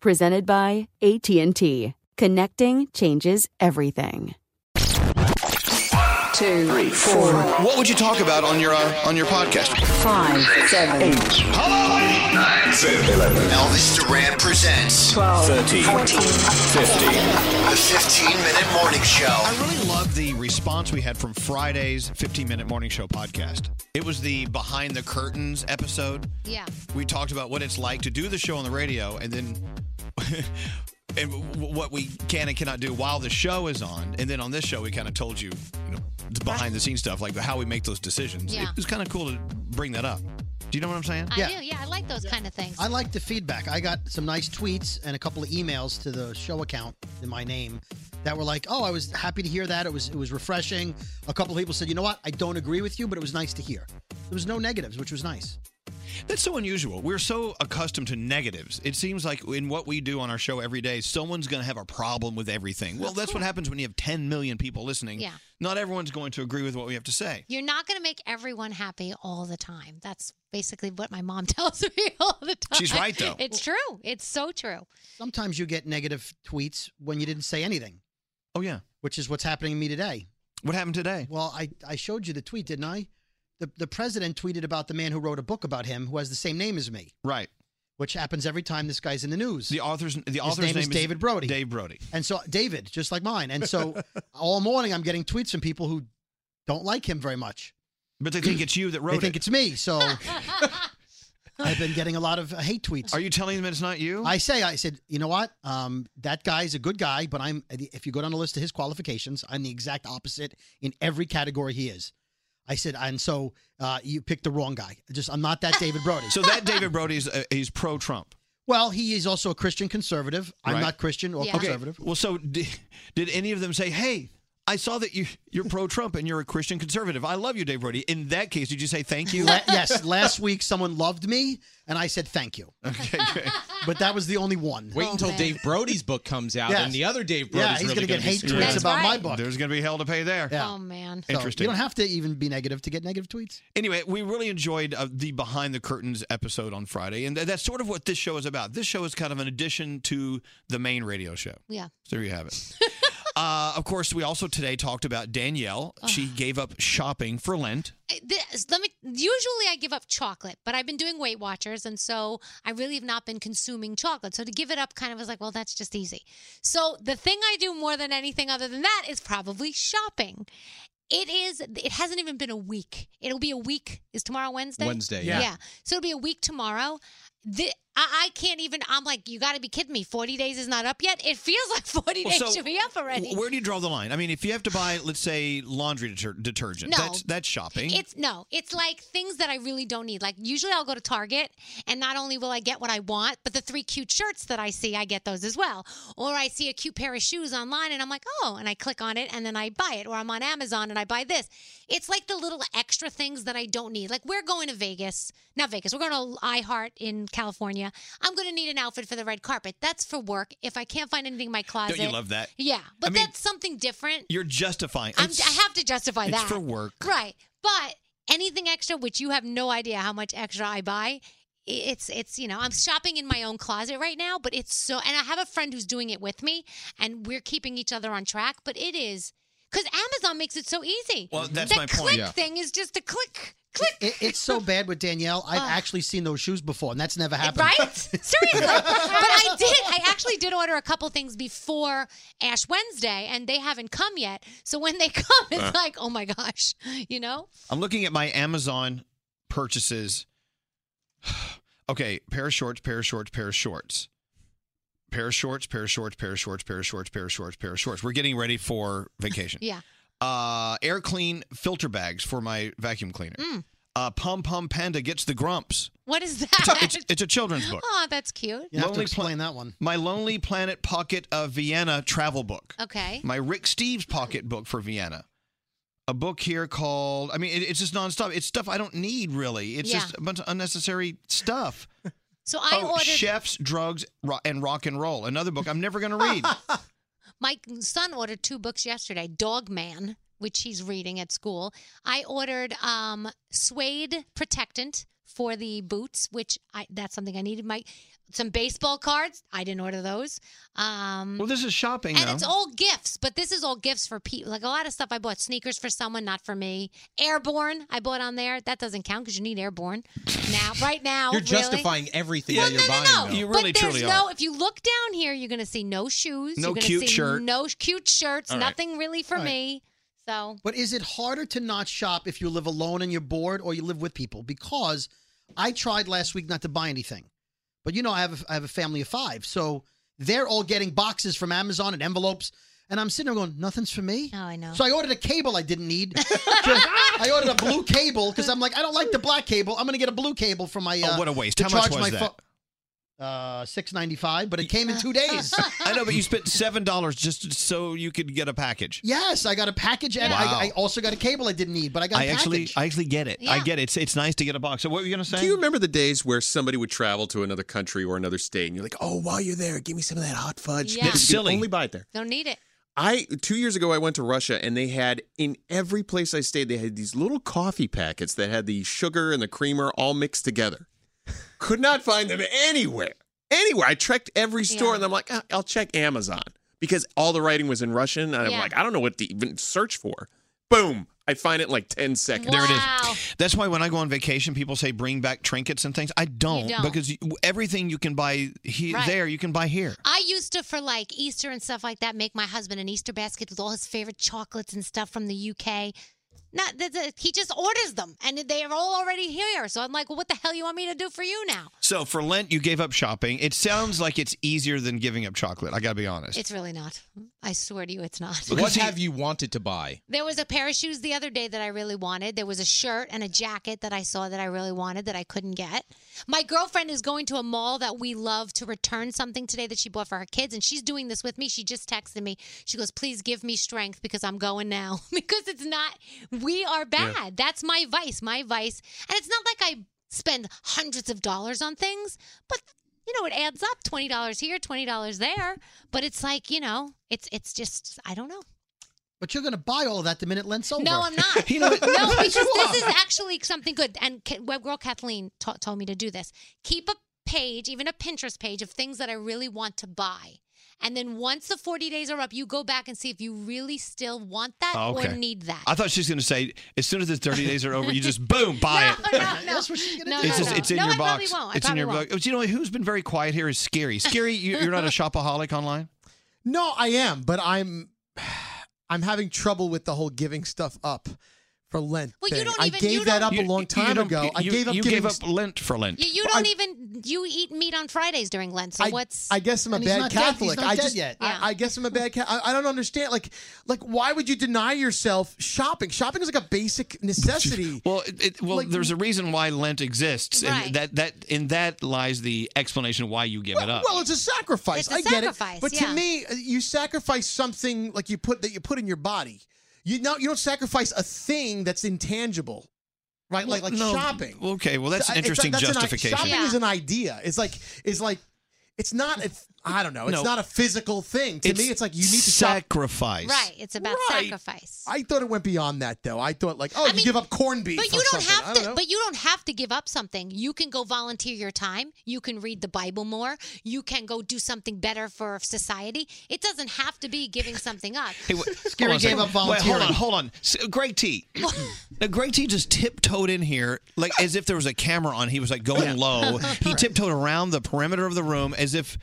presented by AT&T. Connecting changes everything. Two, three, four, What would you talk about on your uh, on your podcast? five, seven, eight, Hello, lady. Nine, seven, eleven. Elvis Duran presents twelve, 13, fourteen, 15. the 15 minute morning show. I really love the response we had from Friday's 15 Minute Morning Show podcast. It was the behind the curtains episode. Yeah. We talked about what it's like to do the show on the radio and then and w- what we can and cannot do while the show is on. And then on this show, we kind of told you, you know, the behind the scenes stuff, like how we make those decisions. Yeah. It was kind of cool to bring that up. Do you know what I'm saying? I Yeah. do. Yeah, I like those kind of things. I like the feedback. I got some nice tweets and a couple of emails to the show account in my name that were like, "Oh, I was happy to hear that. It was it was refreshing." A couple of people said, "You know what? I don't agree with you, but it was nice to hear." There was no negatives, which was nice. That's so unusual. We're so accustomed to negatives. It seems like in what we do on our show every day, someone's going to have a problem with everything. Well, that's what happens when you have 10 million people listening. Yeah. Not everyone's going to agree with what we have to say. You're not going to make everyone happy all the time. That's basically what my mom tells me all the time. She's right, though. It's true. It's so true. Sometimes you get negative tweets when you didn't say anything, Oh, yeah. which is what's happening to me today. What happened today? Well, I I showed you the tweet, didn't I? The the president tweeted about the man who wrote a book about him who has the same name as me, Right. which happens every time this guy's in the news. The author's the author's name is David Brody. Dave Brody. And so David, just like mine. And so all morning I'm getting tweets from people who don't like him very much. But they think it's you that wrote they think it. it's me. So I've been getting a lot of uh, hate tweets. Are you telling them it's not you? I say, I said, you know what? Um, that guy's a good guy, but I'm, if you go down the list of his qualifications, I'm the exact opposite in every category he is. I said, and so uh, you picked the wrong guy. Just, I'm not that David Brody. so that David Brody's uh, he's pro Trump. Well, he is also a Christian conservative. I'm Right. not Christian or Okay, conservative. Well, so did, did any of them say, "Hey, I saw that you you're pro Trump and you're a Christian conservative. I love you, Dave Brody." In that case, did you say thank you? La- yes, last week someone loved me, and I said thank you. Okay, but that was the only one. Wait until Dave Brody's book comes out, Yes. and the other Dave Brody's Yeah, he's really gonna get gonna be hate screwed. tweets about my book. There's going to be hell to pay there. Yeah. Oh man. So Interesting. You don't have to even be negative to get negative tweets. Anyway, we really enjoyed uh, the behind the curtains episode on Friday, and th- that's sort of what this show is about. This show is kind of an addition to the main radio show. Yeah. So there you have it. uh, of course, we also today talked about Danielle. She gave up shopping for Lent. This, let me. Usually, I give up chocolate, but I've been doing Weight Watchers, and so I really have not been consuming chocolate. So to give it up, kind of was like, well, that's just easy. So the thing I do more than anything other than that is probably shopping. It is. It hasn't even been a week. It'll be a week. Is tomorrow Wednesday? Wednesday, yeah. Yeah. So it'll be a week tomorrow. The, I, I can't even. I'm like, you got to be kidding me. Forty days is not up yet. It feels like forty days Well, so should be up already. Wh- Where do you draw the line? I mean, if you have to buy, let's say, laundry deter- detergent, No. that's that's shopping. It's no, it's like things that I really don't need. Like usually I'll go to Target and not only will I get what I want, but the three cute shirts that I see, I get those as well. Or I see a cute pair of shoes online and I'm like, "Oh," and I click on it and then I buy it. Or I'm on Amazon and I buy this. It's like the little extra things that I don't need. Like we're going to Vegas. Not Vegas. We're going to iHeart in California. I'm going to need an outfit for the red carpet. That's for work. If I can't find anything in my closet. you love that? Yeah. But mean, that's something different. You're justifying. I'm, It's- I have to justify it's that. for work. right? But anything extra, which you have no idea how much extra I buy, i- it's it's you know I'm shopping in my own closet right now, but it's so and I have a friend who's doing it with me, and we're keeping each other on track. But it is because Amazon makes it so easy. Well, that's that my point. click Yeah. thing is just a click, click. It, it's so bad with Danielle. I've Ugh. actually seen those shoes before, and that's never happened. Right? Seriously. but I did. I actually did order a couple things before Ash Wednesday, and they haven't come yet. So when they come, it's Uh. like, oh my gosh, you know? I'm looking at my Amazon purchases. okay, pair of shorts, pair of shorts, pair of shorts. Pair of shorts, pair of shorts, pair of shorts, pair of shorts, pair of shorts, pair of shorts. We're getting ready for vacation. Yeah. Uh, air clean filter bags for my vacuum cleaner. Mm. Uh, Pom Pom Panda gets the grumps. What is It's a, that? it's, it's a children's book. Oh, that's cute. You have to Lonely pla- explain that one. My Lonely Planet Pocket of Vienna travel book. Okay. My Rick Steves pocket book for Vienna. A book here called, I mean, it, it's just nonstop. It's stuff I don't need really. It's Yeah. just a bunch of unnecessary stuff. So I oh, ordered. Chefs, Drugs, ro- and Rock and Roll. Another book I'm never going to read. My son ordered two books yesterday. Dog Man, which he's reading at school. I ordered um, suede protectant for the boots, which I that's something I needed. My some baseball cards. I didn't order those. Um, well, this is shopping and though. it's all gifts, but this is all gifts for people. Like a lot of stuff I bought sneakers for someone, not for me. Airborne, I bought on there. That doesn't count because you need airborne now, right now. You're really. justifying everything that you're buying. No, though. You really but there's truly no. are. If you look down here, you're gonna see no shoes. No you're gonna cute see shirt. No sh- cute shirts. All right. Nothing really for All right. me. So But is it harder to not shop if you live alone and you're bored or you live with people? Because I tried last week not to buy anything. But you know, I have a, I have a family of five. So they're all getting boxes from Amazon and envelopes. And I'm sitting there going, nothing's for me. Oh, I know. So I ordered a cable I didn't need. I ordered a blue cable because I'm like, I don't like the black cable. I'm going to get a blue cable for my. Uh, oh, what a waste. to How much charge was my that? pho- uh, six ninety five, but it came in two days. I know, but you spent $7 just so you could get a package. yes, I got a package, and Wow. I, I also got a cable I didn't need, but I got. a I actually, package. I actually get it. I Yeah. get it. It's, it's nice to get a box. So, what were you going to say? Do you remember the days where somebody would travel to another country or another state, and you're like, "Oh, while you're there, give me some of that hot fudge." Yeah. You can Silly. Only buy it there. don't need it. I two years ago I went to Russia and they had in every place I stayed they had these little coffee packets that had the sugar and the creamer all mixed together. Could not find them anywhere. Anywhere I checked every store Yeah. and I'm like "Ah, I'll check Amazon because all the writing was in Russian and I'm Yeah. like I don't know what to even search for. Boom, I find it in like 10 seconds. There it is. Wow. That's why when I go on vacation, people say bring back trinkets and things. I don't, don't. because you, everything you can buy he, Right. there, you can buy here. I used to, for like Easter and stuff like that, make my husband an Easter basket with all his favorite chocolates and stuff from the UK. Not that that- he just orders them, and they are all already here. So I'm like, well, what the hell you want me to do for you now? So for Lent, you gave up shopping. It sounds like it's easier than giving up chocolate. I got to be honest. It's really not. I swear to you, it's not. What have you wanted to buy? There was a pair of shoes the other day that I really wanted. There was a shirt and a jacket that I saw that I really wanted that I couldn't get. My girlfriend is going to a mall that we love to return something today that she bought for her kids, and she's doing this with me. She just texted me. She goes, Please give me strength because I'm going now. because it's not, we are bad. That's my vice, my vice. And it's not like I spend hundreds of dollars on things, but. You know, it adds up twenty dollars here, twenty dollars there, but it's like you know, it's it's just I don't know. But you're going to buy all of that the minute Lent's over. No, I'm not. you know, No, because this is actually something good. And Ca- web girl Kathleen ta- told me to do this. Keep a page, even a Pinterest page, of things that I really want to buy. And then once the 40 days are up, you go back and see if you really still want that Oh, or okay. need that. I thought she was going to say, as soon as the 30 days are over, you just boom, buy it. No, no. No, it's no, just no. it's in No, your I probably box. won't. I It's in your probably box. Do you know who's been very quiet here is Scary. Scary, you, you're not a shopaholic online. No, I am, but I'm I'm having trouble with the whole giving stuff up for Lent. Well, you thing. don't I even- gave you that don't- up a You- long you time don't- ago. I you- gave up you giving gave up st- Lent for Lent. You, you don't even you eat meat on Fridays during Lent. So what's I guess I'm a And he's bad not dead. He's Catholic. not I dead just, yet. I, Yeah. I guess I'm a bad Catholic. I, I don't understand. Like, like why would you deny yourself shopping? Shopping is like a basic necessity. Well, it, it, well, Like- there's a reason why Lent exists, Right. and that that in that lies the explanation why you give it up. Well, it's a sacrifice. It's a I get sacrifice, it. But yeah. to me, uh, you sacrifice something like you put that you put in your body. You know, you don't sacrifice a thing that's intangible, right? like like No. shopping. Okay, well that's So, an I- it's- interesting that's an i- justification. shopping is an idea. It's like it's like it's not. It's, I don't know. It's No. not a physical thing. To It's me, it's like you need to sacrifice. right? It's about Right. sacrifice. I thought it went beyond that, though. I thought like, oh, you give up corned beef. But or you don't something. I have don't to. know. But you don't have to give up something. You can go volunteer your time. You can read the Bible more. You can go do something better for society. It doesn't have to be giving something up. Hey, wait, Scary hold on a gave second. up volunteering. Wait, hold on, hold on. So, Greg T. now, Greg T just tiptoed in here, like as if there was a camera on. He was like going low. He tiptoed around the perimeter of the room as if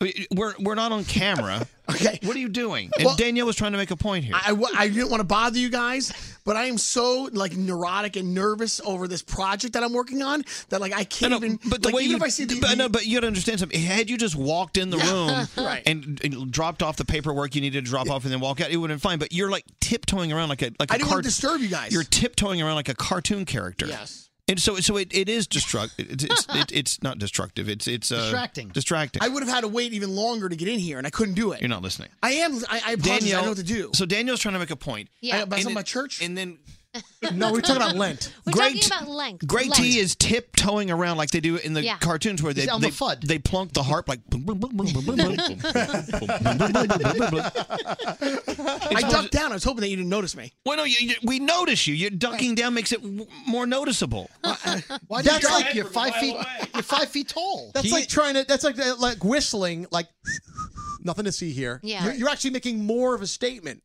uh, we're we're not on camera. okay, what are you doing? And Well- Danielle was trying to make a point here. I, I wa- I didn't want to bother you guys, but I am so like neurotic and nervous over this project that I'm working on that like I can't even. but the like, way even you, if I see the, but, the- no, but you got to understand something. Had you just walked in the Yeah. room Right. and, and dropped off the paperwork you needed to drop off and then walk out, it would have been fine. But you're like tiptoeing around like a like I a didn't cart- want to disturb you guys. You're tiptoeing around like a cartoon character. Yes. And so, so it, it is destructive. It's, it's, it, it's not destructive. It's it's uh, Distracting. Distracting. I would have had to wait even longer to get in here, and I couldn't do it. You're not listening. I am. I, I apologize. I Danielle- know what to do. So Daniel's trying to make a point. Yeah. I- but it's And not my it- church. And then. no, we're talking about Lent. We're Greg talking T- about length. Greg length. T is tiptoeing around like they do in the Yeah. cartoons where they He's they, Elmer they plunk the harp like boom, boom, boom, boom, boom, boom, boom, boom, I ducked down. I was hoping that you didn't notice me. Well, no, you, you, we notice you. You're ducking down makes it w- more noticeable. Why That's that's you like- like you're five feet. You're five feet tall. That's like trying to. That's like like whistling. Like nothing to see here. Yeah. You're, you're actually making more of a statement.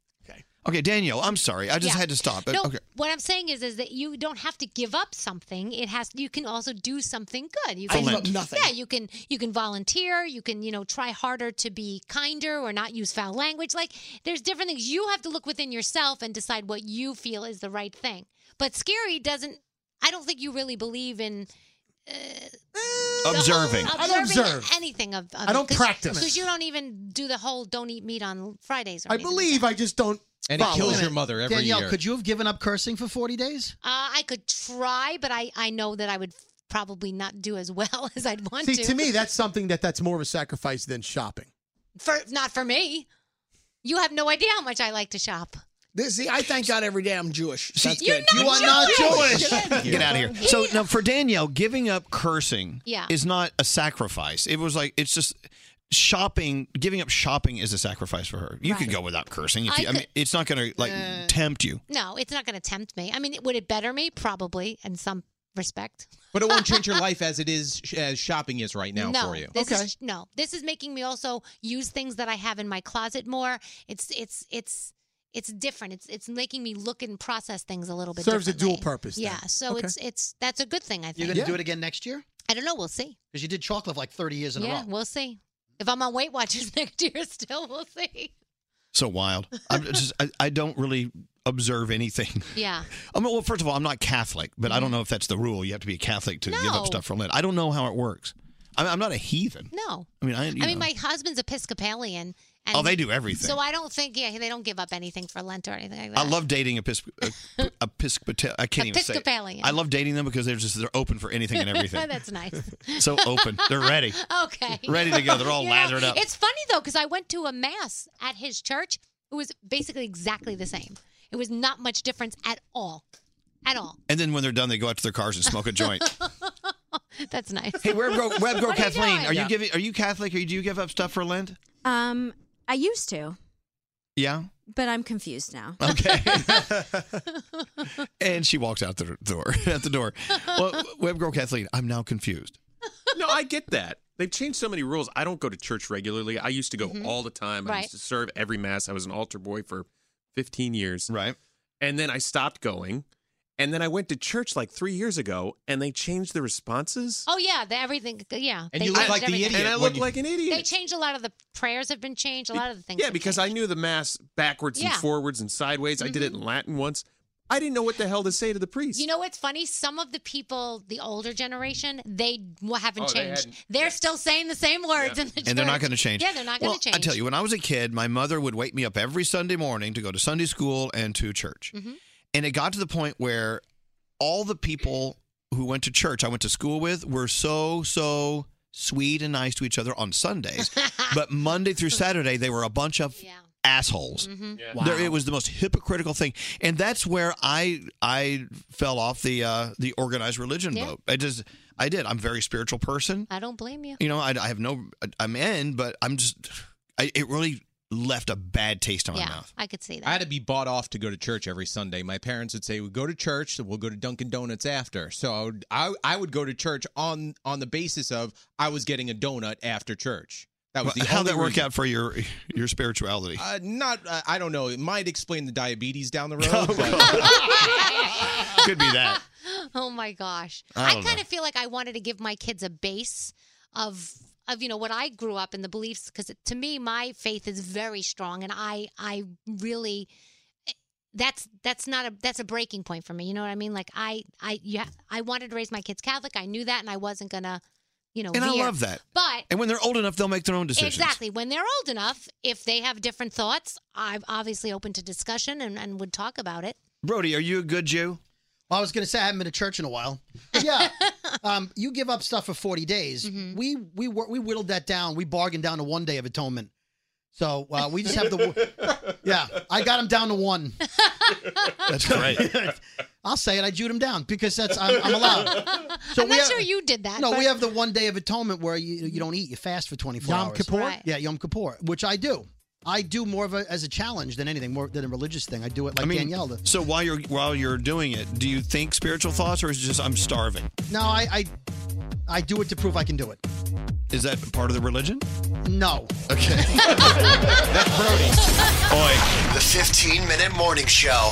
Okay, Daniel, I'm sorry. I just Yeah. had to stop. No, okay. what I'm saying is, is that you don't have to give up something. It has. You can also do something good. You I can give up nothing. Yeah, you can. You can volunteer. You can, you know, try harder to be kinder or not use foul language. Like there's different things you have to look within yourself and decide what you feel is the right thing. But scary doesn't. I don't think you really believe in Observing. observing anything of. of I don't practice. because you don't even do the whole "don't eat meat on Fridays." Or I anything. believe. I just don't. And it follow kills your mother every Danielle, year. could you have given up cursing for 40 days? Uh, I could try, but I, I know that I would probably not do as well as I'd want See, to. to me, that's something that that's more of a sacrifice than shopping. for not for me. You have no idea how much I like to shop. This, see, I thank God every day I'm Jewish. That's You're good. not you are not Jewish. Jewish. Get out of here. So now for Danielle, giving up cursing Yeah. is not a sacrifice. It was like it's just shopping. Giving up shopping is a sacrifice for her. You could go without cursing. If I you, I mean, could- it's not going to like Uh, tempt you. No, it's not going to tempt me. I mean, would it better me? Probably in some respect. But it won't change your life as it is as shopping is right now no, for you. This Is, no, this is making me also use things that I have in my closet more. It's it's it's it's different. It's it's making me look and process things a little bit. Serves a dual differently. purpose then. Yeah. So Okay. it's it's that's a good thing. I think You're going to do it again next year? I don't know. We'll see. Because you did chocolate for like 30 years in a yeah, row. we'll see. If I'm on Weight Watchers next year, still, we'll see. So wild. I'm just. I, I don't really observe anything. Yeah. I mean, well, first of all, I'm not Catholic, but I don't know if that's the rule. You have to be a Catholic to give Mm. No. up stuff for Lent. I don't know how it works. I'm, I'm not a heathen. No. I mean, I, I you mean, know. my husband's Episcopalian. Oh, they do everything. So I don't think, yeah, they don't give up anything for Lent or anything like that. I love dating Episcop- uh, Episcopal. I can't even say. it. Episcopalian. I love dating them because they're just they're open for anything and everything. That's nice. so open. They're ready. Okay. Ready to go. They're all You know, lathered up. It's funny though because I went to a mass at his church. It was basically exactly the same. It was not much difference at all, at all. And then when they're done, they go out to their cars and smoke a joint. That's nice. hey, Web Girl, Web Girl What you Kathleen, doing? are you giving? Are you Catholic? Or do you give up stuff for Lent? Um, I used to, Yeah. but I'm confused now. And she walked out the door. At the door. Well, Web Girl Kathleen, I'm now confused. no, I get that. They've changed so many rules. I don't go to church regularly. I used to go Mhm. all the time. I Right. used to serve every mass. I was an altar boy for 15 years. Right. And then I stopped going. And then I went to church like three years ago and they changed the responses. Oh yeah, the, everything. Yeah. And they you look changed like the everything. idiot And I when look you- like an idiot. They changed a lot of the prayers have been changed. A lot of the things. Yeah, because I knew the mass backwards and Yeah. Mm-hmm. forwards and sideways. I did it in Latin once. I didn't know what the hell to say to the priest. You know what's funny? Some of the people, the older generation, they w- haven't Oh, they changed. hadn't- They are still saying the same words in the church. And they're not going to change. Yeah, they're not well, going to change. I tell you, when I was a kid, my mother would wake me up every Sunday morning to go to Sunday school and to church. Mhm. And it got to the point where all the people who went to church I went to school with were so, so sweet and nice to each other on Sundays. but Monday through Saturday, they were a bunch of assholes. Mm-hmm. Mhm. Yeah. There- Wow. it was the most hypocritical thing. And that's where I I fell off the uh, the organized religion Yeah. boat. I just I did. I'm a very spiritual person. I don't blame you. You know, I, I have no, I'm in, but I'm just, I, it really left a bad taste in my yeah, mouth. I could see that. I had to be bought off to go to church every Sunday. My parents would say, "We go to church, so we'll go to Dunkin' Donuts after." So I would, I, I would go to church on on the basis of I was getting a donut after church. That was Well, the How'd only that work reason. out for your your spirituality? Uh, not, uh, I don't know. It might explain the diabetes down the Oh, road. but- Could be that. oh my gosh. I I, don't kind know. of feel like I wanted to give my kids a base of of you know what I grew up in the beliefs because to me my faith is very strong and I I really eh, that's that's not a that's a breaking point for me. You know what I mean? Like I I yeah I wanted to raise my kids Catholic. I knew that and I wasn't gonna you know and I veer. love that. But and when they're old enough, they'll make their own decisions. Exactly. When they're old enough, if they have different thoughts, I'm obviously open to discussion and, and would talk about it. Brody, are you a good Jew? Well, I was going to say I haven't been to church in a while. But yeah, um, you give up stuff for forty days. We we wor- we whittled that down. We bargained down to one day of atonement. So uh, we just have the yeah. I got him down to one. That's great. I'll say it. I jewed him down because that's I'm, I'm allowed. So I'm we not have- sure you did that. No, but- we have the one day of atonement where you, you don't eat, you fast for 24 Yom hours. Kippur? Right. Yeah, Yom Kippur, which I do. I do more of a, as a challenge than anything, more than a religious thing. I do it like I mean, Danielle. does. so while you're while you're doing it, do you think spiritual thoughts, or is it just I'm starving? No, I, I I do it to prove I can do it. Is that part of the religion? No. Okay. The 15 minute morning show.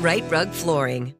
Right Rug Flooring.